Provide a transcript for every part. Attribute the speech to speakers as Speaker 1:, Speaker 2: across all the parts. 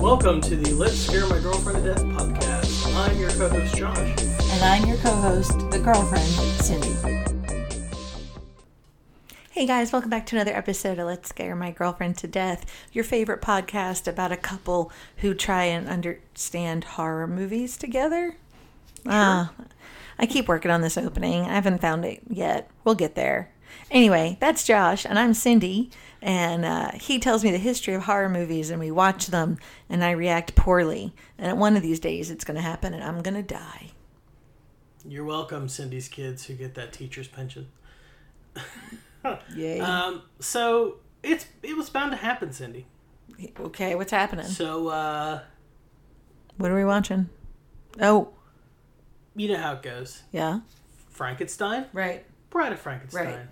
Speaker 1: Welcome to the Let's Scare My Girlfriend to Death podcast. I'm your co host, Josh.
Speaker 2: And I'm your co host, the girlfriend, Cindy. Hey guys, welcome back to another episode of Let's Scare My Girlfriend to Death, your favorite podcast about a couple who try and understand horror movies together. Ah, I keep working on this opening. I haven't found it yet. We'll get there. Anyway, that's Josh, and I'm Cindy, and uh, he tells me the history of horror movies, and we watch them, and I react poorly. And one of these days, it's going to happen, and I'm going to die.
Speaker 1: You're welcome, Cindy's kids who get that teacher's pension.
Speaker 2: Yay.
Speaker 1: Um, so it's it was bound to happen, Cindy.
Speaker 2: Okay, what's happening?
Speaker 1: So uh,
Speaker 2: What are we watching? Oh,
Speaker 1: you know how it goes:
Speaker 2: yeah.
Speaker 1: Frankenstein,
Speaker 2: Right.
Speaker 1: Bride of Frankenstein,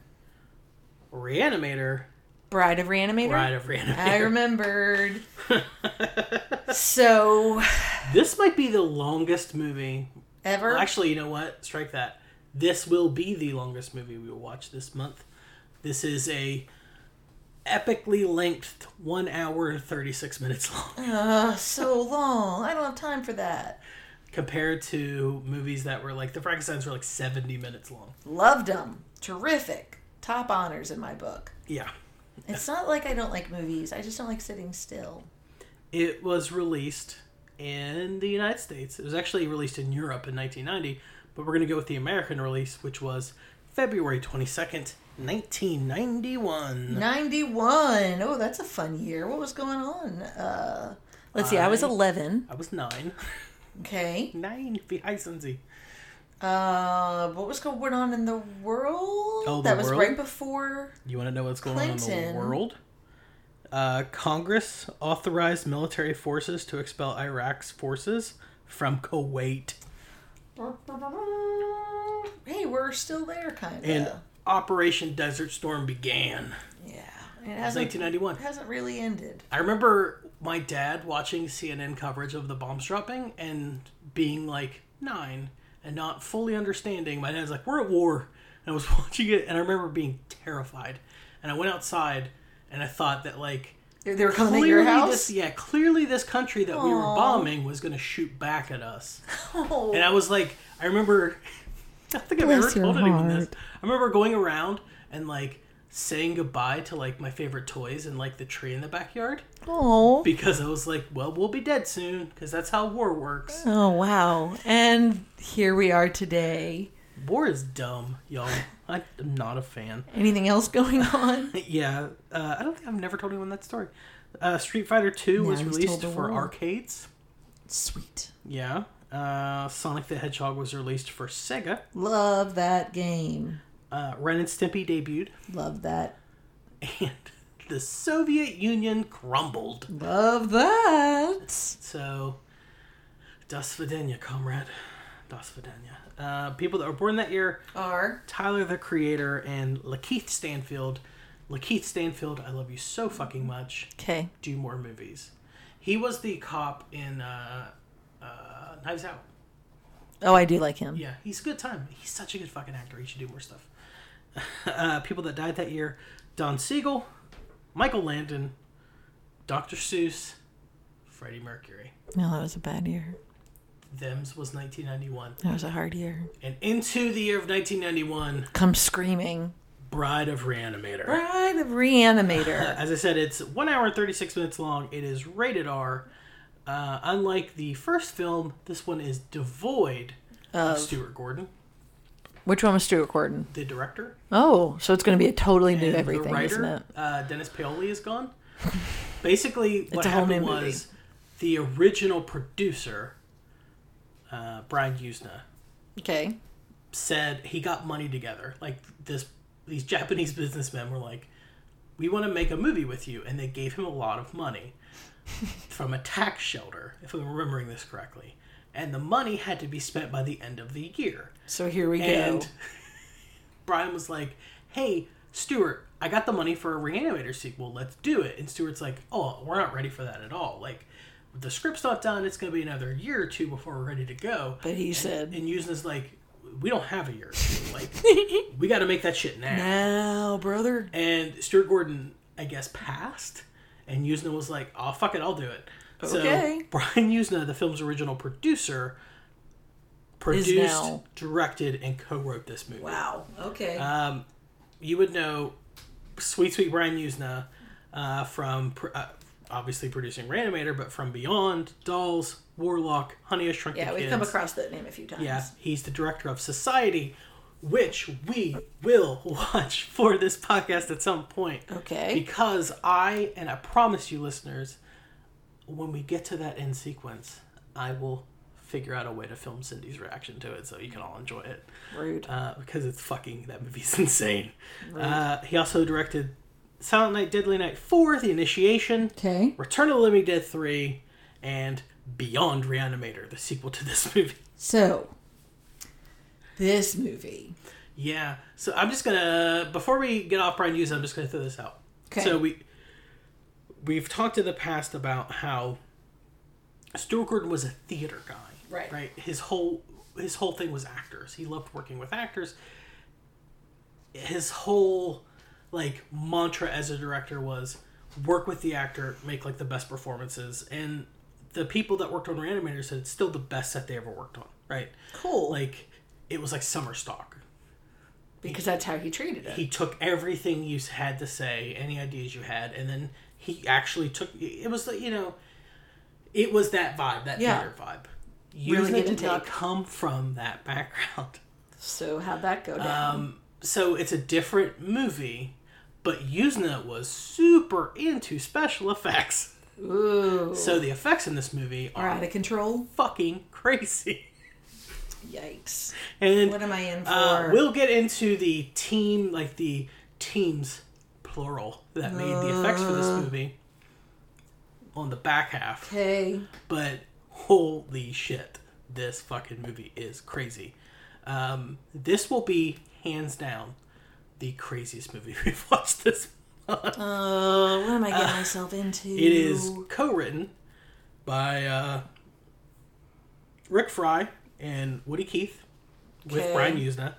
Speaker 1: Reanimator,
Speaker 2: Bride of Reanimator?
Speaker 1: Bride of Reanimator.
Speaker 2: I remembered. so,
Speaker 1: this might be the longest movie.
Speaker 2: ever?
Speaker 1: Well, actually, you know what? Strike that. This will be the longest movie we will watch this month. This is a epically length one hour and thirty six minutes long
Speaker 2: Ugh, Uh, so long. I don't have time for that.
Speaker 1: compared to movies that were like the Frankenstein's were like seventy minutes long.
Speaker 2: Loved them. Terrific. Top honors in my book.
Speaker 1: Yeah.
Speaker 2: It's not like I don't like movies, I just don't like sitting still.
Speaker 1: It was released in the United States. It was actually released in Europe in 1990, but we're going to go with the American release, which was February 22nd, 1991.
Speaker 2: 91. Oh, that's a fun year. What was going on? Uh, let's see, I was
Speaker 1: I-
Speaker 2: 11.
Speaker 1: I was nine.
Speaker 2: Okay.
Speaker 1: nine. Be high, Cincy.
Speaker 2: Uh, what was going on in the world?
Speaker 1: Oh, the
Speaker 2: that was
Speaker 1: world?
Speaker 2: right before.
Speaker 1: You want to know what's going on in
Speaker 2: Clinton.
Speaker 1: the world? Uh, Congress authorized military forces to expel Iraq's forces from Kuwait
Speaker 2: Hey, we're still there, kind of.
Speaker 1: and Operation Desert Storm began.
Speaker 2: yeah, it hasn't.
Speaker 1: 1991.
Speaker 2: It hasn't really ended.
Speaker 1: I remember my dad watching CNN coverage of the bombs dropping and being like nine and not fully understanding. My dad's like, "We're at war," and I was watching it, and I remember being terrified. And I went outside, and I thought that like
Speaker 2: They they were coming to your house.
Speaker 1: this, yeah, clearly this country that we were bombing was going to shoot back at us.
Speaker 2: Oh,
Speaker 1: And I was like, I remember, I don't think I've
Speaker 2: Bless
Speaker 1: ever
Speaker 2: your
Speaker 1: told anyone this.
Speaker 2: heart.
Speaker 1: I remember going around and like saying goodbye to like my favorite toys and like the tree in the backyard
Speaker 2: oh,
Speaker 1: because I was like, well, we'll be dead soon because that's how war works.
Speaker 2: oh, wow! And here we are today.
Speaker 1: War is dumb, y'all. I- I'm not a fan.
Speaker 2: Anything else going on?
Speaker 1: Yeah, uh, I don't think I've never told anyone that story. Uh, Street Fighter 2 was
Speaker 2: he's told
Speaker 1: released
Speaker 2: the
Speaker 1: for
Speaker 2: world.
Speaker 1: arcades.
Speaker 2: Sweet.
Speaker 1: Yeah. Uh, Sonic the Hedgehog was released for Sega.
Speaker 2: Love that game.
Speaker 1: Uh, Ren and Stimpy debuted,
Speaker 2: Love that.
Speaker 1: and the Soviet Union crumbled.
Speaker 2: Love that.
Speaker 1: So, das vidanya, comrade. Das vidanya. Uh, people that were born that year
Speaker 2: R.
Speaker 1: Tyler the Creator and Lakeith Stanfield. Lakeith Stanfield, I love you so fucking much.
Speaker 2: Okay.
Speaker 1: Do more movies. He was the cop in uh, uh, Knives Out.
Speaker 2: Oh, I do like him.
Speaker 1: Yeah, he's a good time. He's such a good fucking actor. He should do more stuff. uh, people that died that year: Don Siegel, Michael Landon, Dr. Seuss, Freddie Mercury.
Speaker 2: No, that was a bad year.
Speaker 1: Them's was 1991,
Speaker 2: That was a hard year.
Speaker 1: and into the year of 1991,
Speaker 2: Come screaming.
Speaker 1: Bride of Reanimator.
Speaker 2: Bride of Reanimator.
Speaker 1: As I said, it's one hour and 36 minutes long. It is rated R. Uh, unlike the first film, this one is devoid of Stuart Gordon,
Speaker 2: Which one was Stuart Gordon?
Speaker 1: the director.
Speaker 2: Oh, so it's going to be a totally new
Speaker 1: and the
Speaker 2: everything,
Speaker 1: writer,
Speaker 2: isn't it?
Speaker 1: Uh, Dennis Paoli is gone. Basically, what
Speaker 2: a whole
Speaker 1: happened
Speaker 2: new movie.
Speaker 1: was the original producer, uh, Brian Usna,
Speaker 2: Okay.
Speaker 1: said he got money together. Like this, these Japanese businessmen were like, "We want to make a movie with you," and they gave him a lot of money from a tax shelter, if I'm remembering this correctly. And the money had to be spent by the end of the year.
Speaker 2: So here we
Speaker 1: And
Speaker 2: go.
Speaker 1: Brian was like, "Hey, Stuart, I got the money for a Reanimator sequel. Let's do it." And Stuart's like, "Oh, we're not ready for that at all. Like, the script's not done. It's going to be another year or two before we're ready to go."
Speaker 2: But he said,
Speaker 1: and using this like, "We don't have a year. Or two. Like, we got to make that shit now."
Speaker 2: "Now, brother."
Speaker 1: And Stuart Gordon, I guess, passed, and Usna was like, "Oh, fuck it, I'll do it."
Speaker 3: Okay.
Speaker 1: So Brian Usna, the film's original producer, produced,
Speaker 3: now-
Speaker 1: directed, and co-wrote this movie.
Speaker 3: Wow. Okay.
Speaker 1: Um, you would know Sweet Sweet Brian Usna uh, from pr- uh, obviously producing Reanimator, but from Beyond, Dolls, Warlock, Honey I Shrunk
Speaker 3: yeah,
Speaker 1: the
Speaker 3: we've
Speaker 1: Kids.
Speaker 3: come across that name a few times.
Speaker 1: yeah, he's the director of Society, which we will watch for this podcast at some point.
Speaker 3: Okay.
Speaker 1: Because I, and I promise you, listeners, when we get to that end sequence, I will figure out a way to film Cindy's reaction to it so you can all enjoy it.
Speaker 3: Rude.
Speaker 1: Uh, because it's fucking, that movie's insane. Uh, he also directed Silent Night, Deadly Night 4, The Initiation,
Speaker 3: Okay.
Speaker 1: Return of the Living Dead 3, and Beyond Reanimator, the sequel to this movie.
Speaker 3: So, this movie.
Speaker 1: Yeah. So I'm just gonna before we get off Brian Hughes, I'm just gonna throw this out.
Speaker 3: 'Kay.
Speaker 1: So we we've talked in the past about how Stuart Gordon was a theater guy.
Speaker 3: Right.
Speaker 1: Right. His whole his whole thing was actors. He loved working with actors. His whole like mantra as a director was work with the actor, make like the best performances. And the people that worked on Reanimator said it's still the best set they ever worked on, right?
Speaker 3: Cool.
Speaker 1: Like it was like summer stock
Speaker 3: because that's how he treated it.
Speaker 1: he took everything you had to say, any ideas you had, and then he actually took. It was the you know, it was that vibe, that
Speaker 3: Yeah.
Speaker 1: theater vibe. You
Speaker 3: Really good
Speaker 1: did
Speaker 3: to
Speaker 1: not
Speaker 3: take.
Speaker 1: come from that background,
Speaker 3: so, how'd that go
Speaker 1: Um,
Speaker 3: down?
Speaker 1: so it's a different movie. But Yuzna was super into special effects,
Speaker 3: Ooh.
Speaker 1: so the effects in this movie are
Speaker 3: Or out of control?
Speaker 1: fucking crazy.
Speaker 3: Yikes.
Speaker 1: And
Speaker 3: What am I in for?
Speaker 1: Uh, we'll get into the team, like the teams, plural, that made the effects for this movie on the back half.
Speaker 3: okay.
Speaker 1: But holy shit, this fucking movie is crazy. Um, this will be hands down the craziest movie we've watched this month.
Speaker 3: Uh, what am I getting myself into?
Speaker 1: It is co-written by uh, Rick Fry and Woody Keith with
Speaker 3: Okay.
Speaker 1: Brian Usna.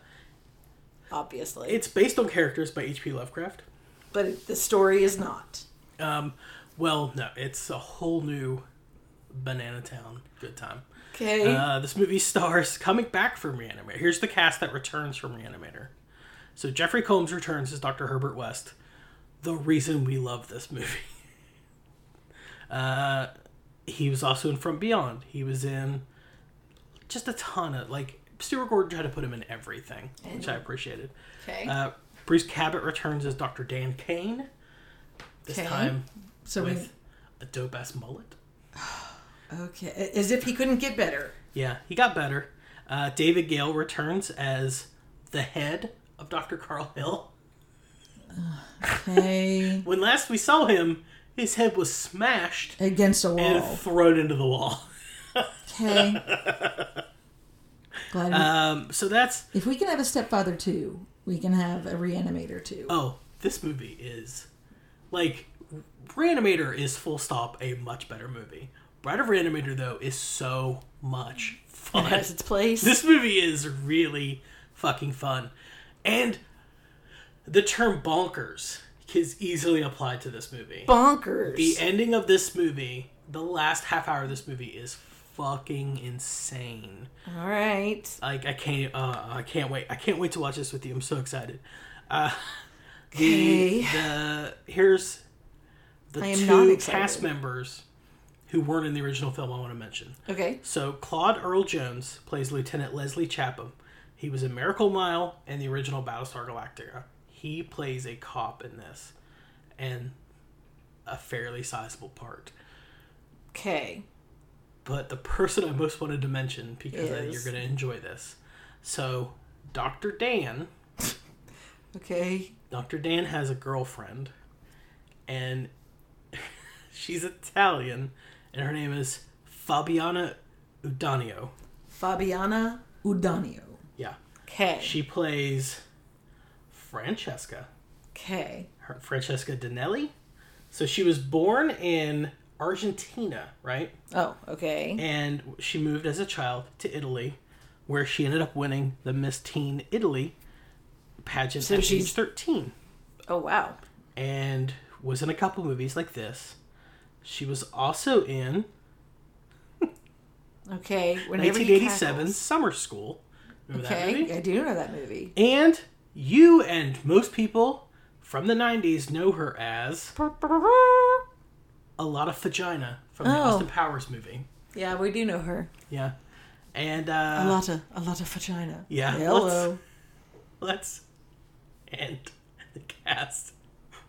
Speaker 3: Obviously.
Speaker 1: It's based on characters by H.P. Lovecraft.
Speaker 3: but it- the story is not.
Speaker 1: Um, well, no, it's a whole new Banana Town good time.
Speaker 3: Okay.
Speaker 1: Uh, this movie stars coming back from Reanimator. Here's the cast that returns from Reanimator. So Jeffrey Combs returns as Dr. Herbert West. The reason we love this movie. Uh, he was also in From Beyond. He was in just a ton of like Stuart Gordon tried to put him in everything, which I appreciated.
Speaker 3: okay.
Speaker 1: Uh, Bruce Cabot returns as Dr. Dan Kane. This
Speaker 3: Okay.
Speaker 1: time
Speaker 3: so, we,
Speaker 1: with a dope ass mullet.
Speaker 3: okay. As if he couldn't get better.
Speaker 1: Yeah, he got better. Uh, David Gale returns as the head of Dr. Carl Hill.
Speaker 3: Okay.
Speaker 1: When last we saw him, his head was smashed
Speaker 3: Against a
Speaker 1: and
Speaker 3: wall.
Speaker 1: thrown into the wall.
Speaker 3: Okay. Glad we-
Speaker 1: Um, so that's
Speaker 3: if we can have a stepfather too, we can have a reanimator too.
Speaker 1: oh, this movie is like Reanimator is full stop a much better movie. Bride of Reanimator though is so much fun.
Speaker 3: has its place.
Speaker 1: This movie is really fucking fun. And the term bonkers is easily applied to this movie.
Speaker 3: bonkers.
Speaker 1: the ending of this movie, the last half hour of this movie is fucking insane.
Speaker 3: All right.
Speaker 1: Like I can't uh, I can't wait. I can't wait to watch this with you. I'm so excited. Uh the,
Speaker 3: Okay.
Speaker 1: the here's the
Speaker 3: I am not
Speaker 1: two
Speaker 3: excited.
Speaker 1: cast members who weren't in the original film I want to mention.
Speaker 3: Okay.
Speaker 1: So Claude Earl Jones plays Lieutenant Leslie Chapham. He was in Miracle Mile and the original Battlestar Galactica. He plays a cop in this, and a fairly sizable part.
Speaker 3: Okay.
Speaker 1: But the person I most wanted to mention because I-
Speaker 3: Is.
Speaker 1: you're going to enjoy this. So Dr. Dan,
Speaker 3: Okay.
Speaker 1: Dr. Dan has a girlfriend, and she's Italian, and her name is Fabiana Udanio.
Speaker 3: Fabiana Udanio.
Speaker 1: Yeah.
Speaker 3: Okay.
Speaker 1: She plays Francesca,
Speaker 3: okay.
Speaker 1: her, Francesca Danelli. So she was born in Argentina, right?
Speaker 3: Oh, okay.
Speaker 1: And she moved as a child to Italy, where she ended up winning the Miss Teen Italy pageant
Speaker 3: So
Speaker 1: at
Speaker 3: she's-
Speaker 1: age 13.
Speaker 3: Oh, wow.
Speaker 1: And was in a couple movies like this. She was also in
Speaker 2: Okay. Whenever he
Speaker 1: 1987
Speaker 2: cackles.
Speaker 1: Summer School. Remember that
Speaker 2: Okay,
Speaker 1: movie?
Speaker 2: I do know that movie.
Speaker 1: And you and most people from the 90s know her as a lot of vagina from the
Speaker 2: Oh.
Speaker 1: Austin Powers movie.
Speaker 2: Yeah, we do know her.
Speaker 1: Yeah. And uh,
Speaker 2: A lot of a lot of vagina.
Speaker 1: Yeah,
Speaker 2: Hello.
Speaker 1: let's end the cast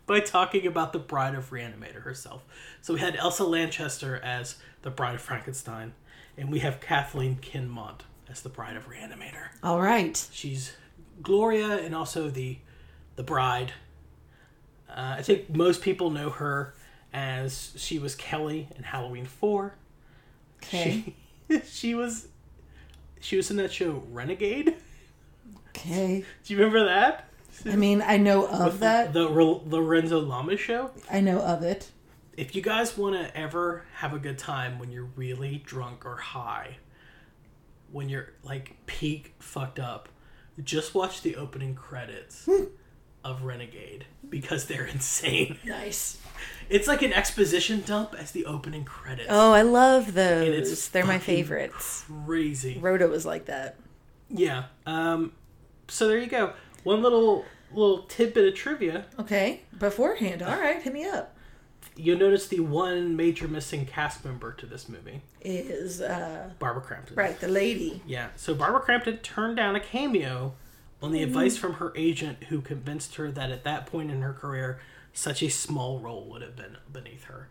Speaker 1: by talking about the bride of reanimator herself so we had elsa lanchester as the bride of frankenstein and we have kathleen kinmont as the bride of reanimator
Speaker 2: All right.
Speaker 1: she's gloria and also the the bride uh, i think most people know her as she was kelly in halloween 4
Speaker 2: Okay.
Speaker 1: she, she was she was in that show renegade
Speaker 2: Okay.
Speaker 1: do you remember that
Speaker 2: I mean, I know of that.
Speaker 1: the Ro- Lorenzo Lama show.
Speaker 2: I know of it.
Speaker 1: If you guys want to ever have a good time when you're really drunk or high, when you're like peak fucked up, just watch the opening credits
Speaker 2: Hmm.
Speaker 1: of Renegade because they're insane.
Speaker 2: Nice.
Speaker 1: It's like an exposition dump as the opening credits.
Speaker 2: Oh, I love
Speaker 1: it's
Speaker 2: those. They're my
Speaker 1: fucking
Speaker 2: favorites.
Speaker 1: Crazy.
Speaker 2: Rhoda was like that.
Speaker 1: Yeah. Um so there you go. One little little tidbit of trivia.
Speaker 2: Okay. Beforehand. All right. Hit me up.
Speaker 1: You'll notice the one major missing cast member to this movie,
Speaker 2: Is uh
Speaker 1: Barbara Crampton.
Speaker 2: right the lady.
Speaker 1: Yeah. So Barbara Crampton turned down a cameo on
Speaker 2: Mm-hmm.
Speaker 1: the advice from her agent, who convinced her that at that point in her career, such a small role would have been beneath her.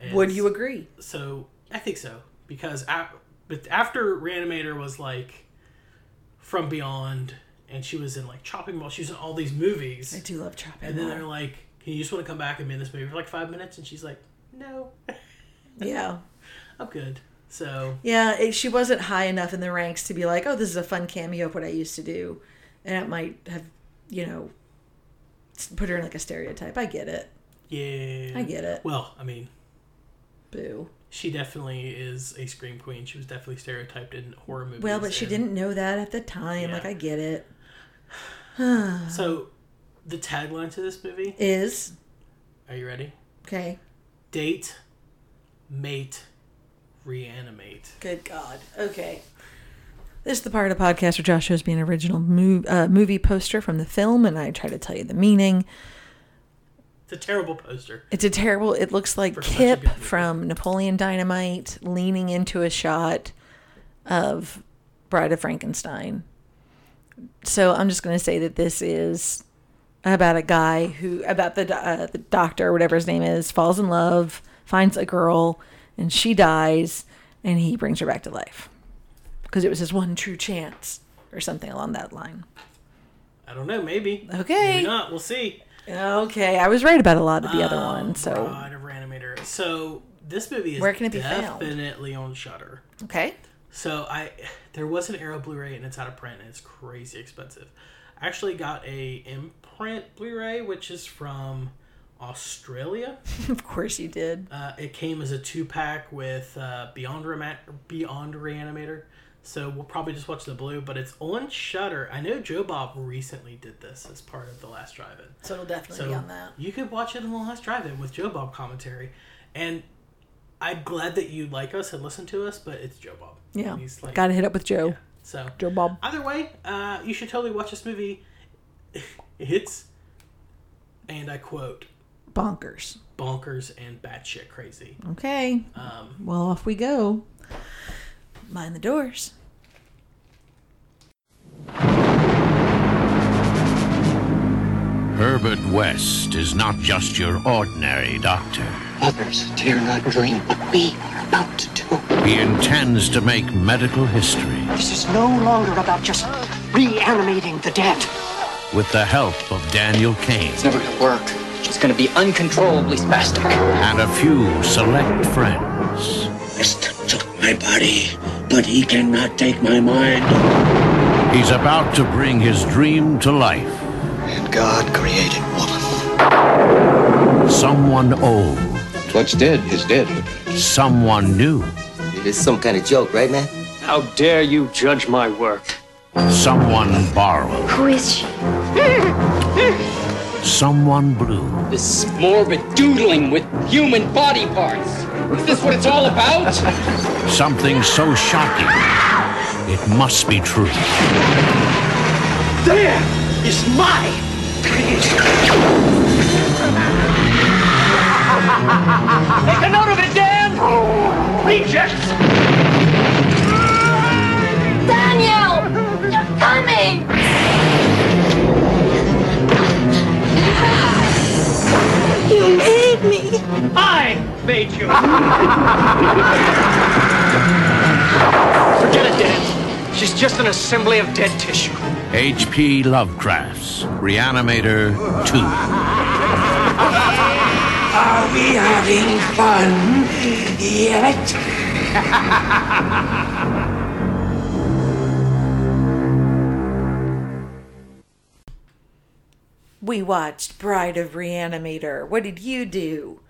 Speaker 1: And
Speaker 2: Would you agree?
Speaker 1: So I think so because a- but after Reanimator was like from Beyond, and she was in like Chopping Mall. She was in all these movies,
Speaker 2: I do love chopping.
Speaker 1: and then
Speaker 2: mall.
Speaker 1: they're like, "Can you just want to come back and be in this movie for like five minutes?" And she's like, "No,
Speaker 2: yeah.
Speaker 1: I'm good." So
Speaker 2: Yeah, it, she wasn't high enough in the ranks to be like, oh, this is a fun cameo of what I used to do. And it might have, you know, s- put her in like a stereotype. I get it.
Speaker 1: yeah,
Speaker 2: I get it.
Speaker 1: Well, I mean,
Speaker 2: Boo.
Speaker 1: She definitely is a scream queen. She was definitely stereotyped in horror movies.
Speaker 2: Well, but she
Speaker 1: and-
Speaker 2: didn't know that at the time.
Speaker 1: Yeah.
Speaker 2: Like, I get it. uh,
Speaker 1: So, the tagline to this movie.
Speaker 2: Is,
Speaker 1: Are you ready?
Speaker 2: okay.
Speaker 1: Date, mate, reanimate.
Speaker 2: Good God. Okay. This is the part of the podcast where Josh shows me an original mov- uh, movie poster from the film, and I try to tell you the meaning.
Speaker 1: It's a terrible poster.
Speaker 2: It's a terrible. It looks like
Speaker 1: For such a
Speaker 2: Kip
Speaker 1: good movie.
Speaker 2: from Napoleon Dynamite leaning into a shot of Bride of Frankenstein. So I'm just going to say that this is about a guy who, about the do- uh, the doctor, whatever his name is, falls in love, finds a girl, and she dies, and he brings her back to life because it was his one true chance, or something along that line.
Speaker 1: I don't know. Maybe. Maybe
Speaker 2: Okay,
Speaker 1: not. We'll see.
Speaker 2: okay, I was right about a lot of the other
Speaker 1: Um,
Speaker 2: one. So
Speaker 1: Bride of Reanimator. So this movie is
Speaker 2: Where can it be found?
Speaker 1: definitely on Shutter.
Speaker 2: okay,
Speaker 1: So I, there was an Arrow Blu-ray and it's out of print and it's crazy expensive. I actually got a imprint Blu-ray which is from Australia.
Speaker 2: of course you did.
Speaker 1: Uh, it came as a two-pack with uh, Beyond Rema- Beyond Reanimator. So we'll probably just watch the blue, but it's on Shutter. I know Joe Bob recently did this as part of the Last Drive-In.
Speaker 2: So it'll definitely
Speaker 1: So
Speaker 2: be on that.
Speaker 1: you could watch it in the last drive-in with Joe Bob commentary, and I'm glad that you like us and listen to us, but it's Joe Bob.
Speaker 2: Yeah.
Speaker 1: And he's like,
Speaker 2: Got to hit up with Joe.
Speaker 1: so
Speaker 2: Joe Bob.
Speaker 1: Either way, uh, you should totally watch this movie. It's, and I quote,
Speaker 2: Bonkers.
Speaker 1: bonkers and batshit crazy.
Speaker 2: Okay.
Speaker 1: Um,
Speaker 2: Well, off we go. Mind the doors.
Speaker 4: Herbert West is not just your ordinary doctor.
Speaker 5: Others dare not dream what we are about to do.
Speaker 4: He intends to make medical history
Speaker 5: This is no longer about just reanimating the dead.
Speaker 4: with the help of Daniel Kane
Speaker 6: It's never gonna work. She's gonna be uncontrollably spastic.
Speaker 4: and a few select friends.
Speaker 7: Christ took my body, but he cannot take my mind.
Speaker 4: He's about to bring his dream to life.
Speaker 7: And God created woman.
Speaker 4: Someone old,
Speaker 8: What's dead is dead.
Speaker 4: someone new,
Speaker 8: It is some kind of joke, right, man?
Speaker 6: How dare you judge my work?
Speaker 4: someone borrowed,
Speaker 9: Who is she?
Speaker 4: someone blue.
Speaker 10: This morbid doodling with human body parts. Is this what it's all about?
Speaker 4: Something so shocking, it must be true.
Speaker 11: There is my Make a note of it, Dan! Rejects!
Speaker 6: Daniel! You're coming! You made me!
Speaker 11: I made you! Forget it, Dan. She's just an assembly of dead tissue.
Speaker 4: H.P. Lovecraft's Reanimator 2.
Speaker 11: Are we having fun yet?
Speaker 2: We watched Bride of Reanimator. What did you do?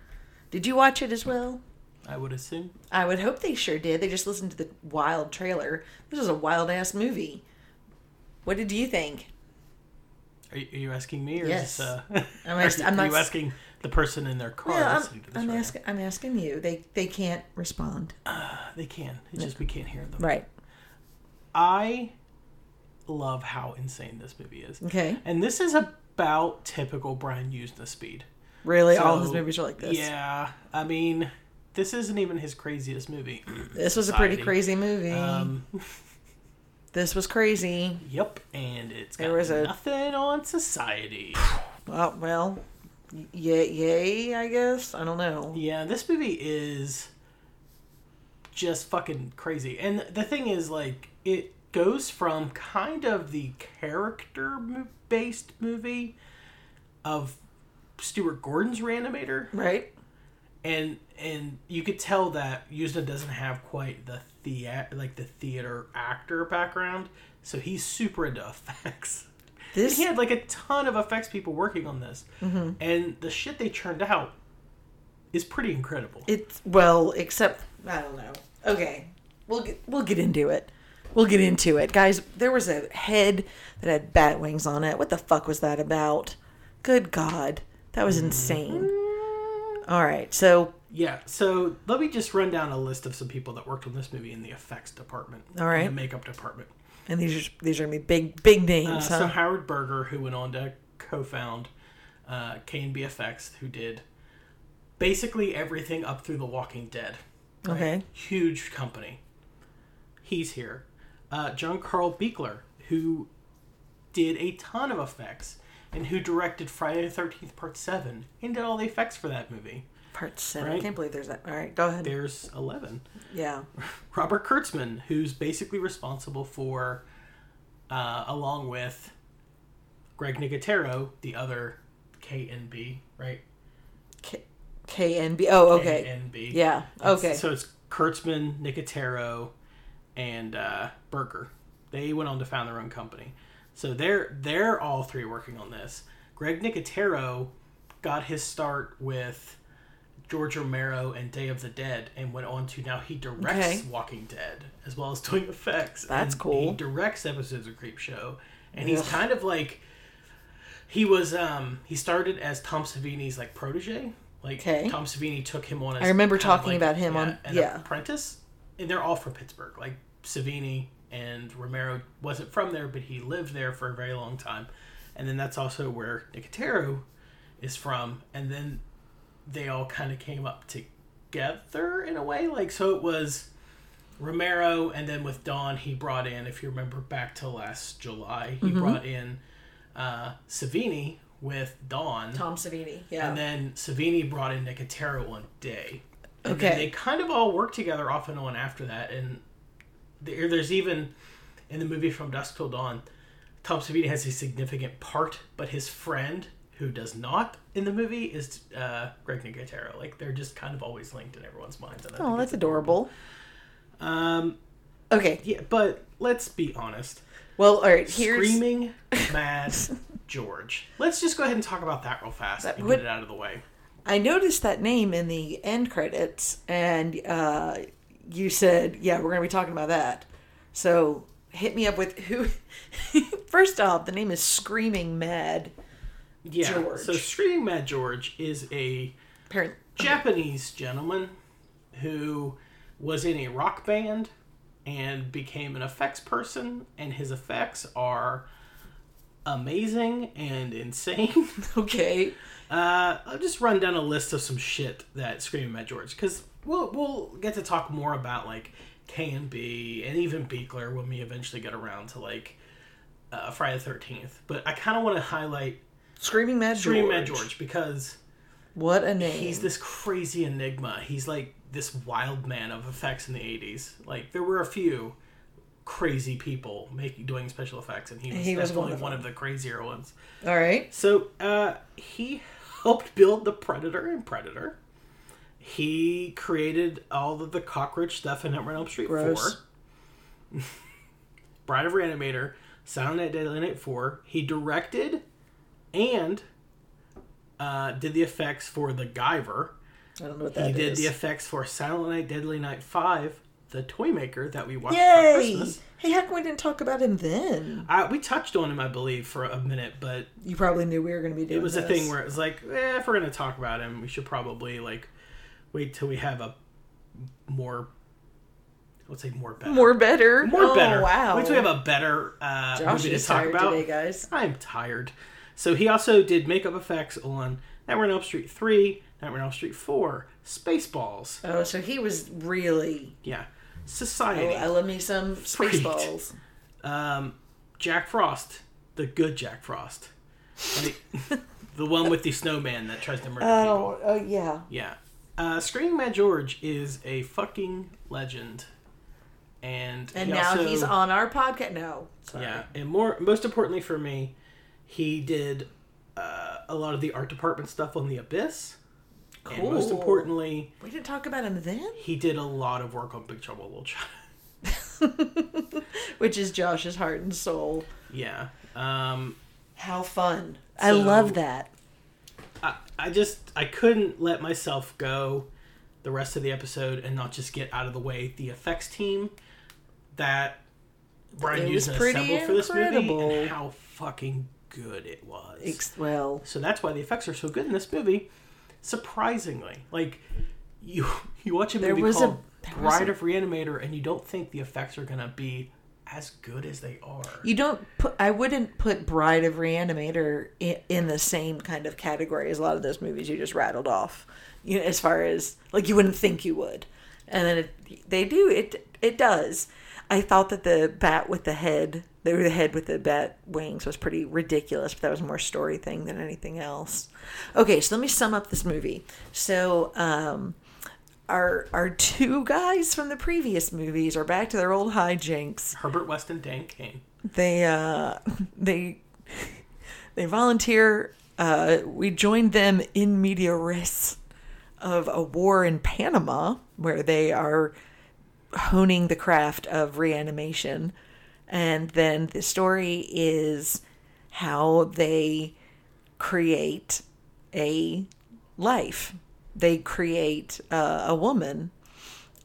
Speaker 2: Did you watch it as well?
Speaker 1: I would assume.
Speaker 2: I would hope they sure did. They just listened to the wild trailer. This is a wild ass movie. What did you think?
Speaker 1: Are you, are you asking me, or
Speaker 2: Yes.
Speaker 1: is this, uh,
Speaker 2: I'm,
Speaker 1: are,
Speaker 2: ask-
Speaker 1: you,
Speaker 2: I'm
Speaker 1: are
Speaker 2: not.
Speaker 1: you asking the person in their car
Speaker 2: Yeah, I'm,
Speaker 1: listening to Oh, this?
Speaker 2: I'm
Speaker 1: right now?
Speaker 2: asking. I'm asking you. They they can't respond.
Speaker 1: They can. It's just we can't hear them.
Speaker 2: Right.
Speaker 1: I love how insane this movie is.
Speaker 2: Okay.
Speaker 1: And this is about typical Brian Usna speed.
Speaker 2: Really, all
Speaker 1: So,
Speaker 2: his movies are like this.
Speaker 1: Yeah. I mean, this isn't even his craziest movie.
Speaker 2: This was a pretty
Speaker 1: Society.
Speaker 2: crazy movie.
Speaker 1: um,
Speaker 2: this was crazy.
Speaker 1: yep. And it's got
Speaker 2: There was a-
Speaker 1: nothing on society.
Speaker 2: Oh well, y- yay, yay! I guess I don't know.
Speaker 1: Yeah, this movie is just fucking crazy. And the thing is, like, it goes from kind of the character mo- based movie of Stuart Gordon's Reanimator,
Speaker 2: Right?
Speaker 1: and and you could tell that Yuzna doesn't have quite the thea- like the theater actor background, so he's super into effects.
Speaker 2: This
Speaker 1: He had like a ton of effects people working on this, and the shit they churned out is pretty incredible.
Speaker 2: it's well, except I don't know. Okay, we'll get we'll get into it. We'll get into it, guys. There was a head that had bat wings on it. What the fuck was that about? Good God, that was insane. All right, so
Speaker 1: Yeah, so let me just run down a list of some people that worked on this movie in the effects department.
Speaker 2: All right.
Speaker 1: and The makeup department.
Speaker 2: and these are these are gonna be big big
Speaker 1: Uh,
Speaker 2: names, huh?
Speaker 1: so Howard Berger, who went on to co-found uh, B Effects, who did basically everything up through The Walking Dead.
Speaker 2: okay,
Speaker 1: Huge company. He's here. Uh, John Carl Beekler, who did a ton of effects and who directed Friday the 13th Part 7 and did all the effects for that movie.
Speaker 2: part seven. I
Speaker 1: Right.
Speaker 2: can't believe there's that. All right, go ahead.
Speaker 1: There's 11.
Speaker 2: Yeah,
Speaker 1: Robert Kurtzman, who's basically responsible for, uh, along with Greg Nicotero, the other KNB, right?
Speaker 2: K- KNB. Oh, okay.
Speaker 1: KNB.
Speaker 2: Yeah. Okay.
Speaker 1: So it's Kurtzman, Nicotero, and uh, Berger. They went on to found their own company. So they're they're all three working on this. Greg Nicotero got his start with George Romero and Day of the Dead, and went on to now he directs
Speaker 2: Okay.
Speaker 1: Walking Dead as well as doing effects.
Speaker 2: That's
Speaker 1: And
Speaker 2: cool.
Speaker 1: He directs episodes of Creep Show, and he's kind of like he was. um He started as Tom Savini's like protege. Like
Speaker 2: Okay.
Speaker 1: Tom Savini took him on. As
Speaker 2: I remember
Speaker 1: kind of
Speaker 2: talking about him on-
Speaker 1: an
Speaker 2: yeah.
Speaker 1: apprentice, and they're all from Pittsburgh. Like Savini and Romero wasn't from there, but he lived there for a very long time, and then that's also where Nicotero is from, and then they all kind of came up together in a way. Like so, it was Romero, and then with Don, he brought in, if you remember back to last July, he brought in uh, Savini with Don.
Speaker 2: Tom Savini. Yeah.
Speaker 1: And then Savini brought in Nicotero one day. And
Speaker 2: Okay.
Speaker 1: then they kind of all worked together off and on after that. And there, there's even in the movie From Dusk Till Dawn, Tom Savini has a significant part, but his friend, who does not in the movie, is uh, Greg Nicotero. Like they're just kind of always linked in everyone's minds. And I
Speaker 2: oh,
Speaker 1: think
Speaker 2: that's
Speaker 1: it's
Speaker 2: adorable. Um. Okay.
Speaker 1: yeah, but let's be honest.
Speaker 2: Well, all right. Here's
Speaker 1: Screaming Mad George. Let's just go ahead and talk about that real fast and
Speaker 2: would-
Speaker 1: get it out of the way.
Speaker 2: I noticed that name in the end credits, and uh, you said, "Yeah, we're gonna be talking about that." So hit me up with who. First off, the name is Screaming Mad.
Speaker 1: yeah.
Speaker 2: George.
Speaker 1: So Screaming Mad George is a
Speaker 3: Parent.
Speaker 1: Japanese gentleman who was in a rock band and became an effects person, and his effects are amazing and insane.
Speaker 2: Okay.
Speaker 1: Uh, I'll just run down a list of some shit that Screaming Mad George, because we'll we'll get to talk more about like K and B and even Beekler when we eventually get around to like uh, Friday the Thirteenth. But I kind of want to highlight
Speaker 2: Screaming Mad
Speaker 1: Screaming
Speaker 2: George.
Speaker 1: Mad George because
Speaker 2: What a name.
Speaker 1: he's this crazy enigma. He's like this wild man of effects in the '80s. Like there were a few crazy people making doing special effects, and he was,
Speaker 2: He was
Speaker 1: definitely
Speaker 2: one of
Speaker 1: one of the crazier ones.
Speaker 2: All right.
Speaker 1: So uh, he helped build the Predator and Predator. He created all of the cockroach stuff in Nightmare on Elm Street
Speaker 2: Gross.
Speaker 1: Four, Bride of Reanimator, Silent Night, Deadly Night Four. He directed and uh, did the effects for The Guyver.
Speaker 2: I don't know what
Speaker 1: He
Speaker 2: that
Speaker 1: did
Speaker 2: is.
Speaker 1: the effects for Silent Night, Deadly Night Five, The Toy Maker that we watched for
Speaker 2: Yay!
Speaker 1: Christmas.
Speaker 2: Hey, how come we didn't talk about him then?
Speaker 1: Uh, we touched on him, I believe, for a minute, but
Speaker 2: You probably knew we were going to be doing.
Speaker 1: it was a
Speaker 2: this.
Speaker 1: thing where it was like, eh, if we're gonna talk about him, we should probably like wait till we have a more. I would say more better.
Speaker 3: More better.
Speaker 1: More
Speaker 2: oh,
Speaker 1: better.
Speaker 2: wow.
Speaker 1: Wait till we have a better uh,
Speaker 2: Josh
Speaker 1: movie to
Speaker 2: is
Speaker 1: talk
Speaker 2: tired
Speaker 1: about.
Speaker 2: today, guys.
Speaker 1: I'm tired. So he also did makeup effects on Nightmare on Elm Street three, Nightmare on Elm Street four, Spaceballs.
Speaker 2: Oh, so he was really.
Speaker 1: Yeah,
Speaker 2: Oh,
Speaker 1: Society.
Speaker 2: I love me some
Speaker 1: Freaked.
Speaker 2: Spaceballs.
Speaker 1: Jack Frost, the good Jack Frost, Like, the one with the snowman that tries to murder people.
Speaker 2: Oh, oh yeah.
Speaker 1: Yeah. Uh, Screaming Mad George is a fucking legend. And,
Speaker 2: And
Speaker 1: he
Speaker 2: now
Speaker 1: also-
Speaker 2: he's on our podcast. No, sorry.
Speaker 1: Yeah. And more, most importantly for me, he did uh, a lot of the art department stuff on The Abyss. Cool. And most
Speaker 2: Cool.
Speaker 1: importantly,
Speaker 2: We didn't talk about him then,
Speaker 1: he did a lot of work on Big Trouble in Little China.
Speaker 2: which is Josh's heart and soul.
Speaker 1: yeah. Um,
Speaker 2: How fun!
Speaker 3: I
Speaker 1: So-
Speaker 3: love that.
Speaker 1: I just I couldn't let myself go the rest of the episode and not just get out of the way the effects team that Brian
Speaker 2: It was
Speaker 1: Hughes
Speaker 2: pretty
Speaker 1: assembled for this
Speaker 2: incredible.
Speaker 1: movie and how fucking good it was.
Speaker 2: Ex- Well,
Speaker 1: so that's why the effects are so good in this movie. Surprisingly, like you you watch a
Speaker 2: There
Speaker 1: movie
Speaker 2: was a-
Speaker 1: called
Speaker 2: there was
Speaker 1: Bride of Reanimator and you don't think the effects are gonna be as good as they are.
Speaker 2: you don't put. I wouldn't put Bride of Reanimator in, in the same kind of category as a lot of those movies you just rattled off. You know, as far as like you wouldn't think you would, and then it, they do. It it does. I thought that the bat with the head, the the head with the bat wings, was pretty ridiculous, but that was more story thing than anything else. Okay, so let me sum up this movie. So. um our, our two guys from the previous movies are back to their old hijinks
Speaker 1: Herbert West and Dan Kane.
Speaker 3: they uh they they volunteer uh we joined them in media res of a war in panama where they are honing the craft of reanimation and then the story is how they create a life they create uh, a woman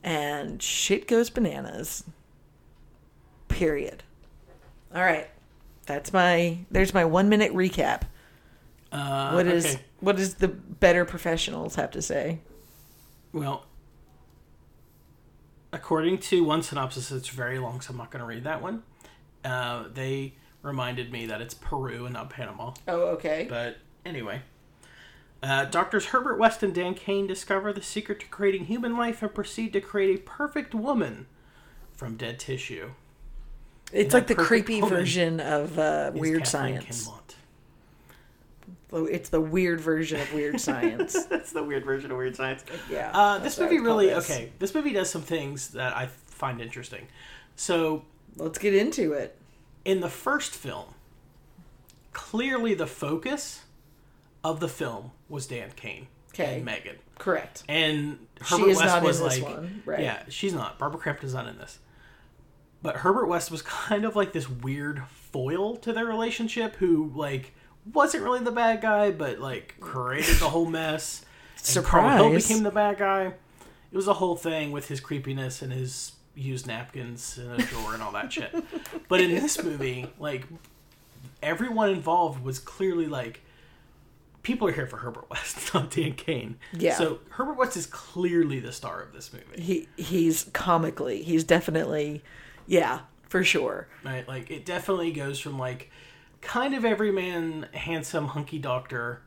Speaker 3: and shit goes bananas period all right. That's my there's my 1 minute recap.
Speaker 1: Uh,
Speaker 3: What is
Speaker 1: okay.
Speaker 3: what does the better professionals have to say?
Speaker 1: Well, according to one synopsis, it's very long, so I'm not going to read that one. Uh, they reminded me that it's Peru and not Panama.
Speaker 2: Oh, okay.
Speaker 1: But anyway, uh, doctors Herbert West and Dan Kane discover the secret to creating human life and proceed to create a perfect woman from dead tissue.
Speaker 3: It's
Speaker 1: that
Speaker 3: like the
Speaker 1: perfect
Speaker 3: creepy
Speaker 1: woman
Speaker 3: version of uh,
Speaker 1: is
Speaker 3: weird
Speaker 1: Kathleen
Speaker 3: science.
Speaker 1: Kinmont.
Speaker 3: Oh, It's the weird version of weird science.
Speaker 1: That's the weird version of weird science.
Speaker 3: yeah.
Speaker 1: Uh, this
Speaker 3: that's what I
Speaker 1: movie
Speaker 3: would call
Speaker 1: really
Speaker 3: this.
Speaker 1: okay. This movie does some things that I find interesting. So
Speaker 2: Let's get into it.
Speaker 1: in the first film, clearly the focus of the film was Dan Kane
Speaker 2: Okay.
Speaker 1: and Megan.
Speaker 2: Correct.
Speaker 1: And
Speaker 2: She
Speaker 1: Herbert
Speaker 2: is
Speaker 1: West
Speaker 2: not in
Speaker 1: was
Speaker 2: this
Speaker 1: like,
Speaker 2: one, right.
Speaker 1: yeah, she's not. Barbara Crampton's not in this. But Herbert West was kind of like this weird foil to their relationship, who like wasn't really the bad guy, but like created the whole mess. And Carl Hill
Speaker 3: Surprise.
Speaker 1: became the bad guy. It was a whole thing with his creepiness and his used napkins in a drawer and all that shit. But in this movie, like everyone involved was clearly like people are here for Herbert West, not Dan Kane.
Speaker 2: Yeah.
Speaker 1: So Herbert West is clearly the star of this movie.
Speaker 2: He he's comically. He's definitely, yeah, for sure.
Speaker 1: right? Like it definitely goes from like kind of everyman, handsome, hunky doctor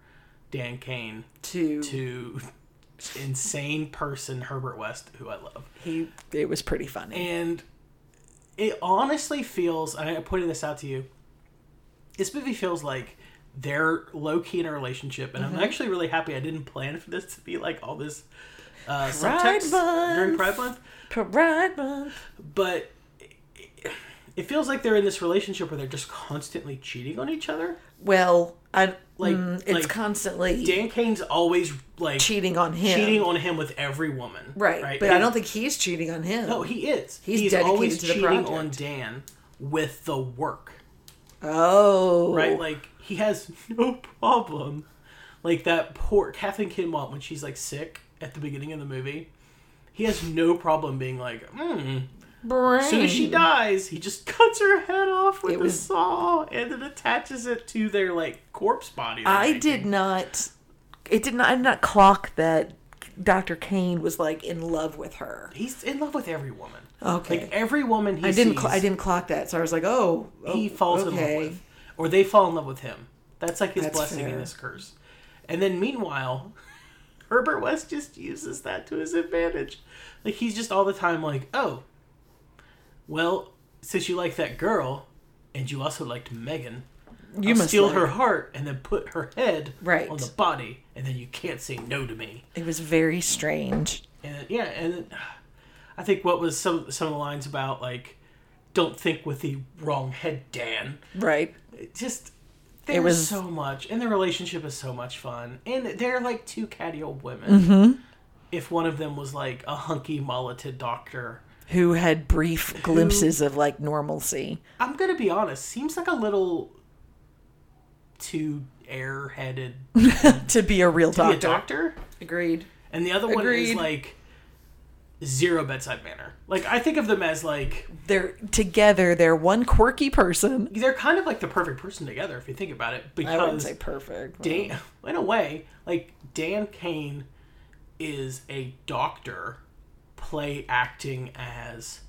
Speaker 1: Dan Kane
Speaker 2: To,
Speaker 1: to insane person Herbert West, who I love.
Speaker 2: he, it was pretty funny.
Speaker 1: And it honestly feels, and I pointed this out to you, this movie feels like they're low key in a relationship, and
Speaker 2: Mm-hmm.
Speaker 1: I'm actually really happy I didn't plan for this to be like all this uh, subtext during
Speaker 2: Month.
Speaker 1: Pride Month,
Speaker 2: Pride Month.
Speaker 1: but it- it feels like they're in this relationship where they're just constantly cheating on each other.
Speaker 2: Well, I
Speaker 1: Like-
Speaker 2: like
Speaker 3: mm,
Speaker 2: Mm, it's
Speaker 1: like
Speaker 2: constantly
Speaker 1: Dan Kane's always like
Speaker 2: cheating on him.
Speaker 1: cheating on him with every woman,
Speaker 2: right,
Speaker 1: Right,
Speaker 2: but I don't think he's cheating on him.
Speaker 1: No, he is.
Speaker 2: He's dedicated
Speaker 1: always
Speaker 2: to the
Speaker 1: cheating
Speaker 2: project.
Speaker 1: on Dan with the work,
Speaker 2: oh,
Speaker 1: right? Like he has no problem. Like that poor Kathleen Kinmont when she's like sick at the beginning of the movie, he has no problem being like, mm.
Speaker 2: brain.
Speaker 1: as soon as she dies, he just cuts her head off with
Speaker 2: It
Speaker 1: a
Speaker 2: was-
Speaker 1: saw and then attaches it to their like corpse body. they're
Speaker 2: I
Speaker 1: making.
Speaker 2: did not. It did not. I did not clock that Dr. Kane was like in love with her.
Speaker 1: He's in love with every woman.
Speaker 2: Oh, Okay.
Speaker 1: Like every woman he
Speaker 2: I didn't.
Speaker 1: sees,
Speaker 2: Cl- I didn't clock that, so I was like, "Oh,
Speaker 1: he
Speaker 2: oh,
Speaker 1: falls in love with, or they fall in love with him. That's like his
Speaker 2: That's
Speaker 1: blessing
Speaker 2: fair.
Speaker 1: and his curse. And then meanwhile, Herbert West just uses that to his advantage. Like he's just all the time like, oh, well, since you like that girl, and you also liked Megan,
Speaker 2: You
Speaker 1: I'll
Speaker 2: must
Speaker 1: steal
Speaker 2: like
Speaker 1: her heart and then put her head
Speaker 2: Right.
Speaker 1: on the body, and then you can't say no to me.
Speaker 2: It was very strange.
Speaker 1: And yeah, and uh, I think what was some some of the lines about like, don't think with the wrong head, Dan.
Speaker 2: Right.
Speaker 1: It just there's
Speaker 2: was-
Speaker 1: so much, and their relationship is so much fun, and they're like two catty old women.
Speaker 2: Mm-hmm.
Speaker 1: If one of them was like a hunky mulleted doctor,
Speaker 2: Who had brief glimpses of like normalcy.
Speaker 1: I'm gonna be honest, seems like a little too airheaded
Speaker 2: to be a real
Speaker 1: be
Speaker 2: doctor.
Speaker 1: a doctor,
Speaker 2: Agreed.
Speaker 1: and the other one is
Speaker 2: Agreed.
Speaker 1: like zero bedside manner. Like I think of them as like
Speaker 2: They're together. They're one quirky person.
Speaker 1: they're kind of like the perfect person together if you think about it
Speaker 2: I wouldn't
Speaker 1: because
Speaker 2: say perfect. but-
Speaker 1: Dan, in a way, like Dan Kane is a doctor play acting as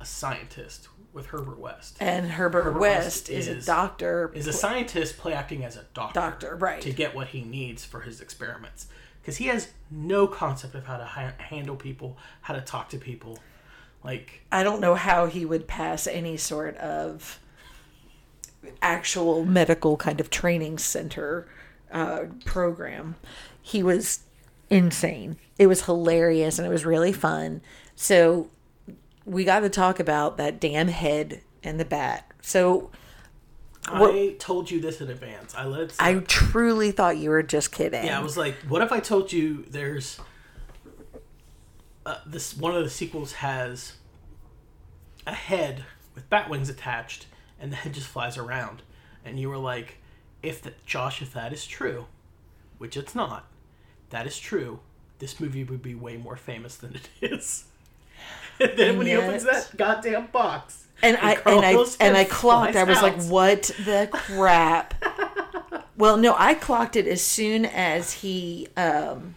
Speaker 1: a scientist with Herbert West.
Speaker 2: And Herbert,
Speaker 1: West
Speaker 2: West, is,
Speaker 1: is-
Speaker 2: a doctor.
Speaker 1: Is a scientist play acting as a doctor,
Speaker 2: Doctor, right.
Speaker 1: to get what he needs for his experiments because he has no concept of how to ha- handle people, how to talk to people. Like
Speaker 2: I don't know how he would pass any sort of actual medical kind of training center uh, program. He was insane. It was hilarious and it was really fun. So we got to talk about that damn head and the bat. So
Speaker 1: I told you this in advance. I let it
Speaker 2: I truly thought you were just kidding.
Speaker 1: Yeah, I was like, what if I told you there's uh, this one of the sequels has a head with bat wings attached, and the head just flies around, and you were like, if that Josh, if that is true, which it's not, that is true, this movie would be way more famous than it is. and then when he
Speaker 2: yet-
Speaker 1: opens that goddamn box,
Speaker 2: and I and I
Speaker 1: Carlos
Speaker 2: and I
Speaker 1: Smith
Speaker 2: clocked. I
Speaker 1: flies
Speaker 2: was like,
Speaker 1: out.
Speaker 2: "What the crap?" well, no, I clocked it as soon as he um,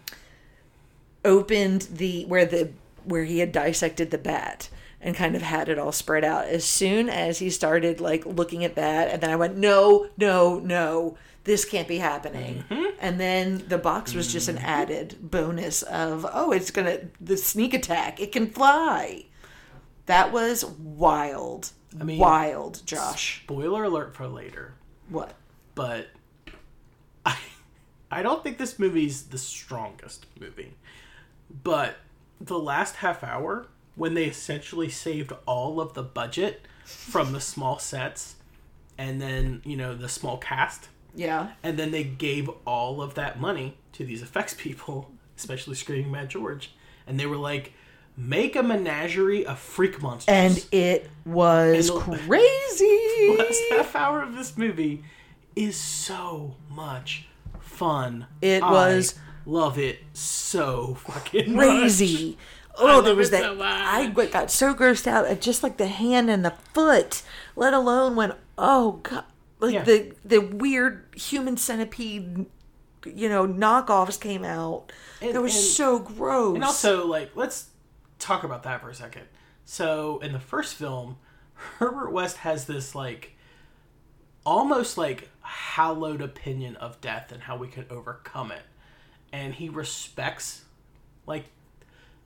Speaker 2: opened the where the where he had dissected the bat and kind of had it all spread out. As soon as he started like looking at that, and then I went, "No, no, no." This can't be happening. And then the box was just an added bonus of, oh, it's going to, the sneak attack, it can fly. That was wild. I
Speaker 1: mean-
Speaker 2: mean, wild, Josh.
Speaker 1: spoiler alert for later.
Speaker 2: What?
Speaker 1: but I, I don't think this movie's the strongest movie. But the last half hour, when they essentially saved all of the budget from the small sets and then, you know, the small cast,
Speaker 2: Yeah.
Speaker 1: and then they gave all of that money to these effects people, especially Screaming Mad George, and they were like, make a menagerie of freak monsters.
Speaker 2: And it was
Speaker 1: And the-
Speaker 2: crazy.
Speaker 1: last half hour of this movie is so much fun.
Speaker 2: It
Speaker 1: I
Speaker 2: was-
Speaker 1: love it so fucking much.
Speaker 2: Crazy. Oh, there
Speaker 1: love
Speaker 2: was
Speaker 1: it
Speaker 2: that.
Speaker 1: so much.
Speaker 2: I w- got so grossed out at just like the hand and the foot, let alone when, oh, God. Like
Speaker 1: Yeah.
Speaker 2: the, the weird human centipede you know knockoffs came out.
Speaker 1: And-
Speaker 2: that was
Speaker 1: and-
Speaker 2: so gross.
Speaker 1: And also, like, let's talk about that for a second. So, in the first film, Herbert West has this, like, almost like hallowed opinion of death and how we could overcome it. And he respects, like,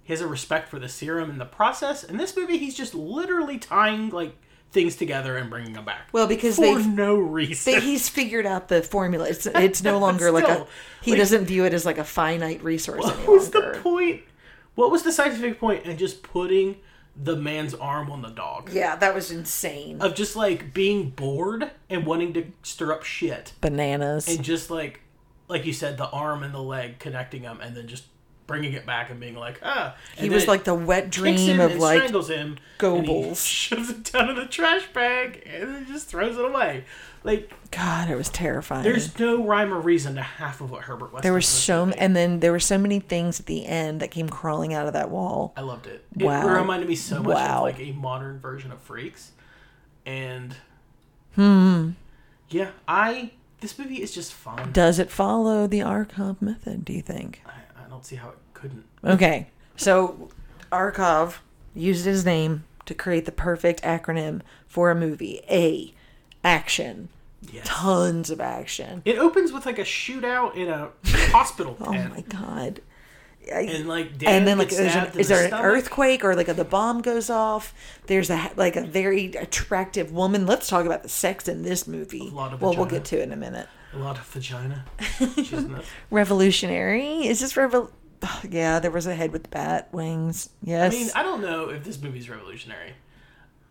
Speaker 1: he has a respect for the serum and the process. In this movie, he's just literally tying, like, things together and bringing them back.
Speaker 2: well, because
Speaker 1: for
Speaker 2: they've
Speaker 1: no reason.
Speaker 2: they, he's figured out the formula. It's it's no longer like a
Speaker 1: still,
Speaker 2: he
Speaker 1: like-
Speaker 2: doesn't view it as like a finite resource any
Speaker 1: What was
Speaker 2: longer.
Speaker 1: the point? What was the scientific point in just putting the man's arm on the dog?
Speaker 2: Yeah, that was insane.
Speaker 1: Of just like being bored and wanting to stir up shit,
Speaker 2: Bananas.
Speaker 1: and just like, like you said, the arm and the leg connecting them, and then just bringing it back and being like, ah. And
Speaker 2: He
Speaker 1: then
Speaker 2: was
Speaker 1: it
Speaker 2: like the wet
Speaker 1: kicks
Speaker 2: dream
Speaker 1: him
Speaker 2: of
Speaker 1: and
Speaker 2: like
Speaker 1: strangles him, and he
Speaker 2: Goebbels.
Speaker 1: shoves it down in the trash bag, and then just throws it away. Like,
Speaker 2: God. It was terrifying.
Speaker 1: there's no rhyme or reason to half of what Herbert West.
Speaker 2: there were
Speaker 1: does in this
Speaker 2: so
Speaker 1: movie.
Speaker 2: m- and then there were so many things at the end that came crawling out of that wall.
Speaker 1: I loved it.
Speaker 2: Wow.
Speaker 1: It reminded me so much
Speaker 2: Wow.
Speaker 1: of like a modern version of Freaks. And
Speaker 2: Hmm.
Speaker 1: Yeah, I this movie is just fun.
Speaker 2: Does it follow the Arkov method? Do you think?
Speaker 1: I, I don't see how it couldn't.
Speaker 2: Okay. So Arkov used his name to create the perfect acronym for a movie. A action.
Speaker 1: Yes.
Speaker 2: Tons of action.
Speaker 1: It opens with like a shootout in a hospital
Speaker 2: Oh
Speaker 1: tent.
Speaker 2: my god.
Speaker 1: And like Dan
Speaker 2: And then like
Speaker 1: gets
Speaker 2: there's an,
Speaker 1: stabbed in
Speaker 2: is
Speaker 1: the
Speaker 2: there an
Speaker 1: stomach.
Speaker 2: earthquake or like a, the bomb goes off? There's a ha- like a very attractive woman. Let's talk about the sex in this movie.
Speaker 1: lot of
Speaker 2: well, we'll
Speaker 1: vagina.
Speaker 2: get to it in a minute.
Speaker 1: A lot of vagina. She's nuts.
Speaker 2: Revolutionary? Is this revol? Oh, yeah, there was a head with bat wings.
Speaker 1: I
Speaker 2: Yes.
Speaker 1: mean, I don't know if this movie's revolutionary.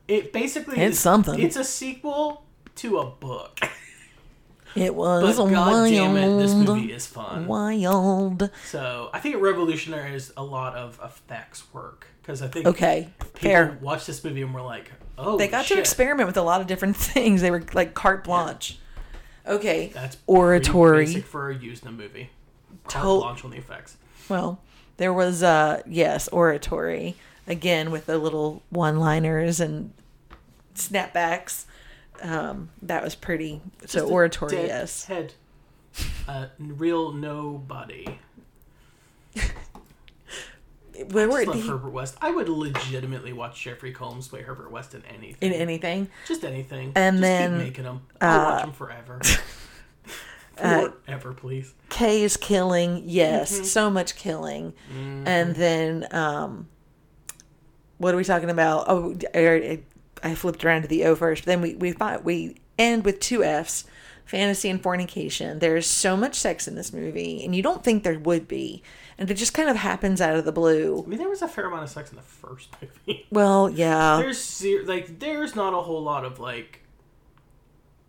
Speaker 1: It basically
Speaker 2: It's
Speaker 1: is-
Speaker 2: something.
Speaker 1: It's a sequel to a book.
Speaker 2: it was
Speaker 1: But god
Speaker 2: wild.
Speaker 1: damn it, this movie is fun.
Speaker 2: wild.
Speaker 1: So I think it revolutionized a lot of effects work because I think
Speaker 2: Okay,
Speaker 1: people
Speaker 2: fair.
Speaker 1: watched this movie and were like, "Oh,
Speaker 2: They got to
Speaker 1: shit,
Speaker 2: experiment with a lot of different things. They were like carte blanche. Okay.
Speaker 1: That's pretty
Speaker 2: oratory.
Speaker 1: basic for used in a movie. Carte
Speaker 2: Tot-
Speaker 1: blanche on the effects.
Speaker 2: Well, there was uh yes, oratory again with the little one-liners and snapbacks. Um, that was pretty. So oratory,
Speaker 1: Dead
Speaker 2: yes.
Speaker 1: Head. A real nobody.
Speaker 2: Where were
Speaker 1: I love
Speaker 2: the-
Speaker 1: Herbert West. I would legitimately watch Jeffrey Combs play Herbert West in anything.
Speaker 2: in anything?
Speaker 1: Just anything.
Speaker 2: And
Speaker 1: Just
Speaker 2: then, uh,
Speaker 1: keep making them. I'll watch them forever. forever, please.
Speaker 2: K is killing. Yes, so much killing. And then, um, what are we talking about? Oh, I, already- I flipped around to the O first. But then we we thought we end with two Fs, fantasy and fornication. There's so much sex in this movie, and you don't think there would be, and it just kind of happens out of the
Speaker 1: I
Speaker 2: blue.
Speaker 1: mean, there was a fair amount of sex in the first movie.
Speaker 2: Well, yeah.
Speaker 1: there's ser- like there's not a whole lot of like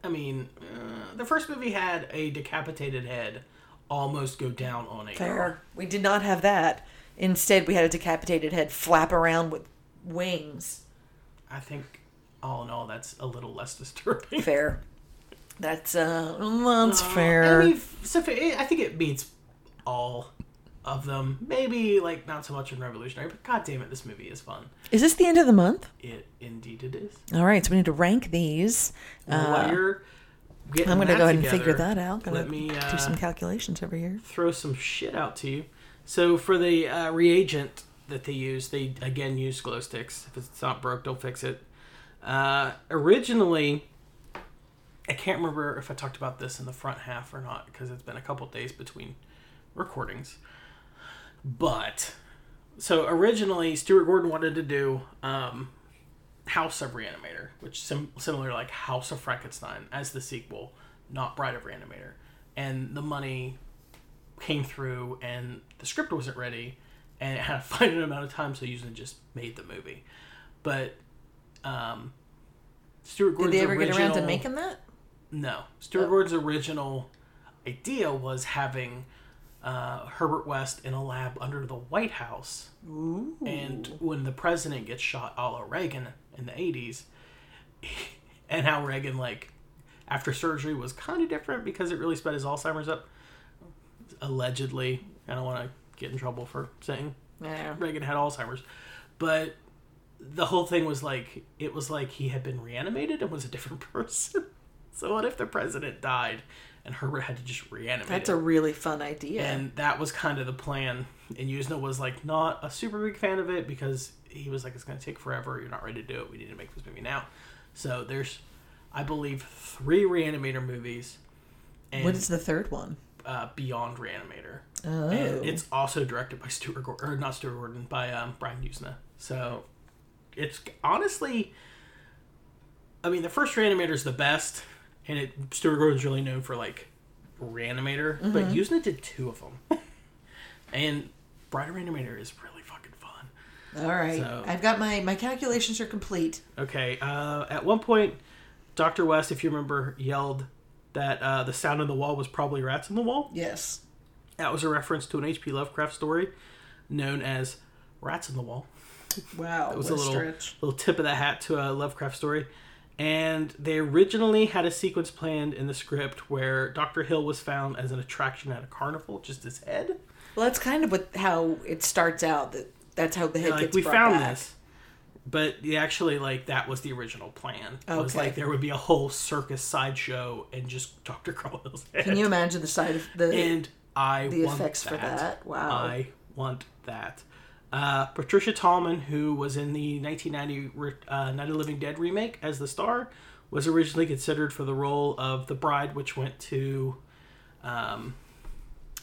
Speaker 1: i mean uh, the first movie had a decapitated head almost go down on a
Speaker 2: Fair. We did not have that. Instead, we had a decapitated head flap around with wings.
Speaker 1: i think all in all that's a little less disturbing
Speaker 2: Fair. That's uh, that's
Speaker 1: I,
Speaker 2: fair.
Speaker 1: mean, so fa- it- I think it beats all of them maybe like not so much in revolutionary but god damn it this movie is fun
Speaker 2: Is this the end of the month?
Speaker 1: it indeed it is
Speaker 2: All right, so we need to rank these.
Speaker 1: While you're getting
Speaker 2: Uh, I'm going to
Speaker 1: that
Speaker 2: go ahead and
Speaker 1: together,
Speaker 2: figure that out. Gonna
Speaker 1: let me uh,
Speaker 2: do some calculations over here.
Speaker 1: throw some shit out to you. So for the uh, reagent that they use, they again use glow sticks. If it's not broke, don't fix it. Uh, originally, I can't remember if I talked about this in the front half or not because it's been a couple days between recordings. But so originally, Stuart Gordon wanted to do um, House of Reanimator, which sim- similar like House of Frankenstein as the sequel, not Bride of Reanimator. And the money came through and the script wasn't ready and it had a finite amount of time so they usually just made the movie but um stuart
Speaker 2: Did
Speaker 1: gordon's
Speaker 2: they ever
Speaker 1: original,
Speaker 2: get around to making that?
Speaker 1: no stuart gordon's original idea was having uh, herbert west in a lab under the white house and when the president gets shot a la reagan in the 80s and how reagan like after surgery was kind of different because it really sped his alzheimer's up allegedly. I don't want to get in trouble for saying
Speaker 2: Yeah.
Speaker 1: Reagan had Alzheimer's, but the whole thing was like it was like he had been reanimated and was a different person. so what if the president died and Herbert had to just reanimate
Speaker 2: That's
Speaker 1: it.
Speaker 2: a really fun idea.
Speaker 1: and that was kind of the plan. And Yuzna was like not a super big fan of it because he was like, "It's gonna take forever. You're not ready to do it. We need to make this movie now." So there's, I believe, three Reanimator movies, and
Speaker 2: what is the third one?
Speaker 1: uh, Beyond Reanimator.
Speaker 2: Oh.
Speaker 1: And it's also directed by Stuart Gordon, or not Stuart Gordon, by um, Brian Usna. So it's honestly, I mean, the first Reanimator is the best, and it Stuart Gordon's really known for like Reanimator, but Usna did two of them, and Brian Reanimator is really fucking fun.
Speaker 2: All right.
Speaker 1: So-
Speaker 2: I've got my my calculations are complete.
Speaker 1: Okay, uh, at one point, Doctor West, if you remember, yelled that uh, the sound on the wall was probably rats on the wall.
Speaker 2: Yes.
Speaker 1: That was a reference to an H.P. Lovecraft story known as Rats on the Wall.
Speaker 2: Wow. It
Speaker 1: was a little little tip of the hat to a Lovecraft story. And they originally had a sequence planned in the script where Dr. Hill was found as an attraction at a carnival, just his head.
Speaker 2: Well, that's kind of what how it starts out. That that's how the head
Speaker 1: Like
Speaker 2: gets
Speaker 1: we
Speaker 2: brought
Speaker 1: found
Speaker 2: back.
Speaker 1: this. But they actually like that was the original plan. It was
Speaker 2: Okay.
Speaker 1: like there would be a whole circus sideshow and just Dr. Carl Hill's head.
Speaker 2: Can you imagine the side of the?
Speaker 1: and I
Speaker 2: the
Speaker 1: want
Speaker 2: effects for that. Wow.
Speaker 1: I want that. Uh, Patricia Tallman, who was in the 1990 re- uh, Night of the Living Dead remake as the star, was originally considered for the role of the bride, which went to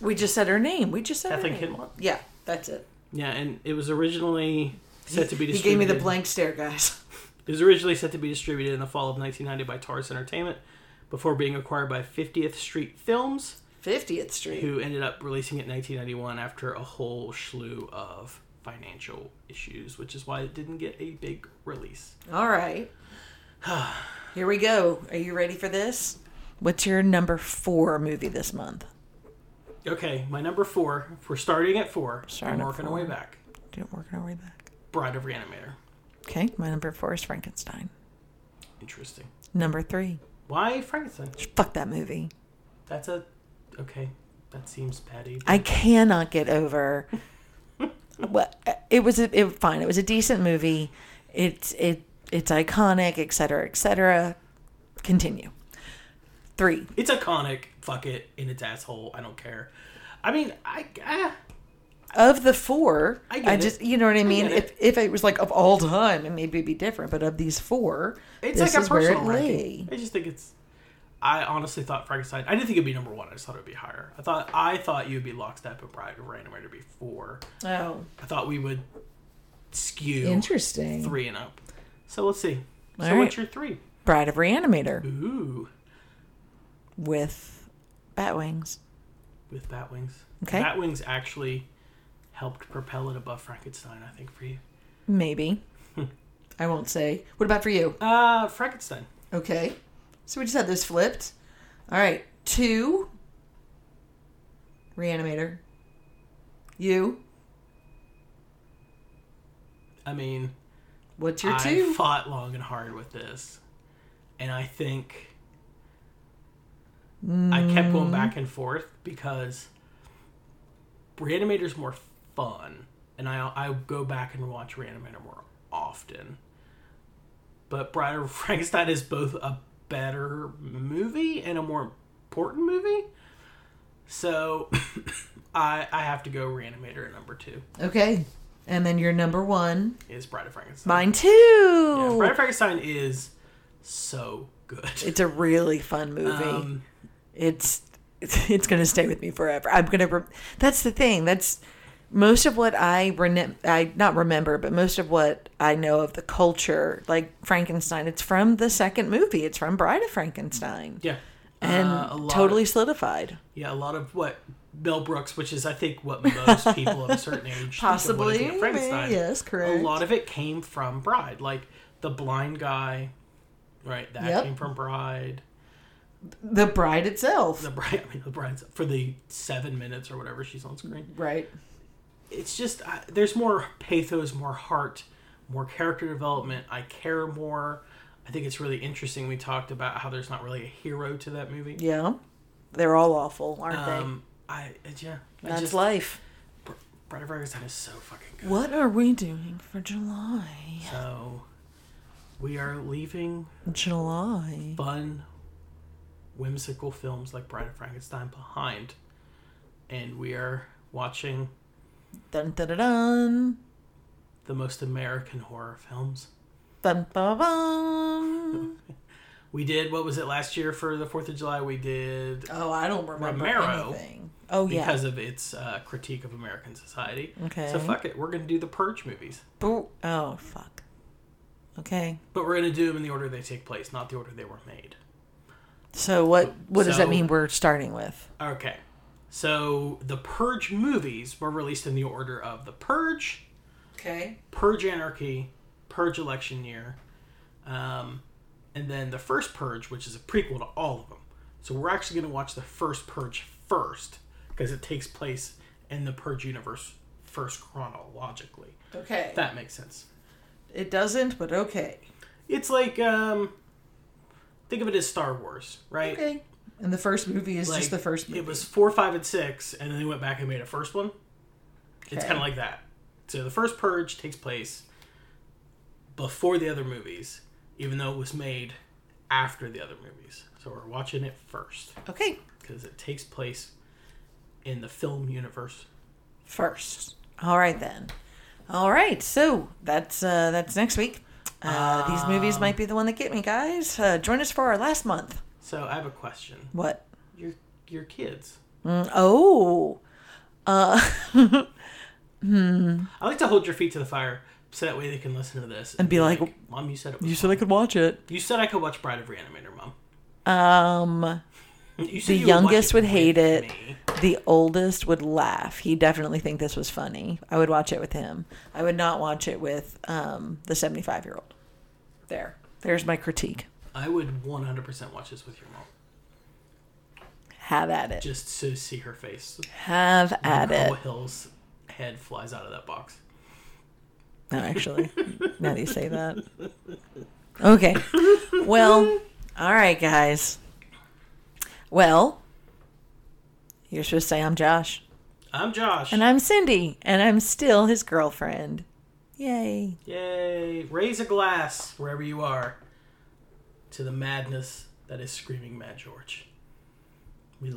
Speaker 2: we just said her name. We just said her
Speaker 1: Kathleen
Speaker 2: name.
Speaker 1: Kinmont.
Speaker 2: Yeah, that's it.
Speaker 1: Yeah, and it was originally set to be
Speaker 2: He
Speaker 1: distributed.
Speaker 2: gave me the blank stare, guys.
Speaker 1: It was originally set to be distributed in the fall of 1990 by Taurus Entertainment, before being acquired by 50th Street Films,
Speaker 2: Fiftieth Street.
Speaker 1: who ended up releasing it in 1991 after a whole slew of financial issues, which is why it didn't get a big release.
Speaker 2: All right. Here we go. Are you ready for this? What's your number four movie this month?
Speaker 1: Okay, my number four. If we're starting at four,
Speaker 2: Starting
Speaker 1: I'm
Speaker 2: at
Speaker 1: working our way
Speaker 2: four.
Speaker 1: back.
Speaker 2: Don't work our way back.
Speaker 1: Bride of Reanimator.
Speaker 2: Okay, my number four is Frankenstein.
Speaker 1: Interesting.
Speaker 2: Number three,
Speaker 1: Why Frankenstein?
Speaker 3: Fuck that movie.
Speaker 1: That's a okay. That seems petty.
Speaker 3: I cannot get over. well, it was a, it fine. It was a decent movie. It's it it's iconic, et cetera, et cetera. Continue. Three.
Speaker 1: It's iconic. Fuck it. In its asshole. I don't care. I mean, I. ah,
Speaker 3: Of the four,
Speaker 1: I
Speaker 3: I,
Speaker 1: get it.
Speaker 3: just you know what I mean.
Speaker 1: get
Speaker 3: if
Speaker 1: it.
Speaker 3: if it was like of all time, it maybe it'd be different. But of these four,
Speaker 1: It's
Speaker 3: this
Speaker 1: like a
Speaker 3: is where
Speaker 1: personal
Speaker 3: it
Speaker 1: ranking.
Speaker 3: lay.
Speaker 1: I just think it's. I honestly thought Frankenstein. I didn't think it'd be number one. I just thought it'd be higher. I thought I thought you'd be Lockstep and Bride of Reanimator be four.
Speaker 2: Oh,
Speaker 1: I thought we would skew
Speaker 3: Interesting.
Speaker 1: three and up. So let's see. so
Speaker 3: All right.
Speaker 1: what's your three?
Speaker 3: Bride of Reanimator
Speaker 1: Ooh.
Speaker 3: with bat wings.
Speaker 1: with Batwings.
Speaker 3: Okay.
Speaker 1: Batwings actually helped propel it above Frankenstein, I think, for you.
Speaker 3: Maybe
Speaker 2: I won't say. What about for you?
Speaker 1: Uh, Frankenstein.
Speaker 2: Okay. So we just had this flipped. All right. Two. Reanimator. You.
Speaker 1: I mean,
Speaker 2: What's your
Speaker 1: I
Speaker 2: two?
Speaker 1: fought long and hard with this, and I think I kept going back and forth because Reanimator's more fun, and I I go back and watch Reanimator more often. But Bride of Frankenstein is both a better movie and a more important movie, so I I have to go Reanimator at number two
Speaker 2: okay. And then your number one.
Speaker 1: is Bride of Frankenstein.
Speaker 3: mine too.
Speaker 1: Yeah, Bride of Frankenstein is so good.
Speaker 3: It's a really fun movie.
Speaker 1: Um,
Speaker 3: it's it's going to stay with me forever. I'm going to. Re- that's the thing. That's most of what I rene- I not remember, but most of what I know of the culture, like Frankenstein. It's from the second movie. It's from Bride of Frankenstein,
Speaker 1: yeah,
Speaker 3: and
Speaker 1: Uh, a lot
Speaker 3: totally
Speaker 1: of-
Speaker 3: solidified.
Speaker 1: yeah, a lot of what Mel Brooks, which is I think what most people of a certain age think of when they
Speaker 2: Possibly,
Speaker 1: think of Frankenstein.
Speaker 2: yes, correct.
Speaker 1: A lot of it came from Bride, like the blind guy, right? That
Speaker 2: Yep.
Speaker 1: came from Bride.
Speaker 2: The bride itself.
Speaker 1: The Bride, I mean, the Bride's for the seven minutes or whatever she's on screen.
Speaker 2: right.
Speaker 1: it's just I, there's more pathos, more heart, more character development. I care more. I think it's really interesting. We talked about how there's not really a hero to that movie.
Speaker 3: Yeah, they're all awful, aren't
Speaker 1: Um, I it- yeah.
Speaker 3: they?
Speaker 1: I
Speaker 3: That's
Speaker 1: just,
Speaker 3: life.
Speaker 1: Br- Bride of Frankenstein is so fucking good.
Speaker 3: What are we doing for July?
Speaker 1: So we are leaving
Speaker 3: July.
Speaker 1: fun whimsical films like Bride of Frankenstein behind, and we are watching
Speaker 2: Dun dun dun dun.
Speaker 1: the most American horror films.
Speaker 2: Dun dun dun.
Speaker 1: We did what was it last year for the Fourth of July? We did
Speaker 2: Oh, I don't remember
Speaker 1: Romero,
Speaker 2: anything. Oh yeah.
Speaker 1: because of its uh, critique of American society.
Speaker 2: Okay.
Speaker 1: So fuck it, we're gonna do the Purge movies,
Speaker 2: Boo- oh fuck. Okay.
Speaker 1: but we're gonna do them in the order they take place, not the order they were made.
Speaker 2: So what what does that
Speaker 1: So-
Speaker 2: mean we're starting with?
Speaker 1: Okay. So the Purge movies were released in the order of The Purge,
Speaker 2: Okay.
Speaker 1: Purge Anarchy, Purge Election Year, um, and then the first Purge, which is a prequel to all of them. So we're actually going to watch the first Purge first because it takes place in the Purge universe first chronologically.
Speaker 2: Okay.
Speaker 1: If that makes sense.
Speaker 2: It doesn't, but okay.
Speaker 1: It's like um, think of it as Star Wars, right?
Speaker 2: Okay. And the first movie is
Speaker 1: Like,
Speaker 2: just the first movie.
Speaker 1: It was four, five, and six, and then they went back and made a first one. It's
Speaker 2: Okay.
Speaker 1: kind of like that. So the first purge takes place before the other movies, even though it was made after the other movies. So we're watching it first
Speaker 2: okay.
Speaker 1: because it takes place in the film universe.
Speaker 2: First. All right then. All right. So that's uh that's next week. Uh, these
Speaker 1: Um.
Speaker 2: movies might be the one that get me, guys. Uh, join us for our last month.
Speaker 1: So I have a question.
Speaker 2: What?
Speaker 1: Your your kids.
Speaker 2: Oh,
Speaker 1: I like to hold your feet to the fire so that way they can listen to this
Speaker 2: and be like,
Speaker 1: "Mom, you said it. Was
Speaker 2: you said I could watch it.
Speaker 1: you said I could watch Bride of Reanimator, Mom."
Speaker 2: Um,
Speaker 1: You said
Speaker 2: the
Speaker 1: you watch
Speaker 2: youngest would hate
Speaker 1: with
Speaker 2: it.
Speaker 1: me.
Speaker 2: The oldest would laugh. He definitely think this was funny. I would watch it with him. I would not watch it with um the seventy five year old. There. There's my critique.
Speaker 1: I would 100% watch this with your mom.
Speaker 2: Have at it.
Speaker 1: Just to see her face.
Speaker 2: Have at it.
Speaker 1: Paul Hill's head flies out of that box.
Speaker 2: Not actually. now that you say that. Okay. Well, all right, guys. Well, you're supposed to say I'm Josh.
Speaker 1: I'm Josh.
Speaker 2: And I'm Cindy. And I'm still his girlfriend. Yay.
Speaker 1: Yay. Raise a glass wherever you are to the madness that is screaming Mad George.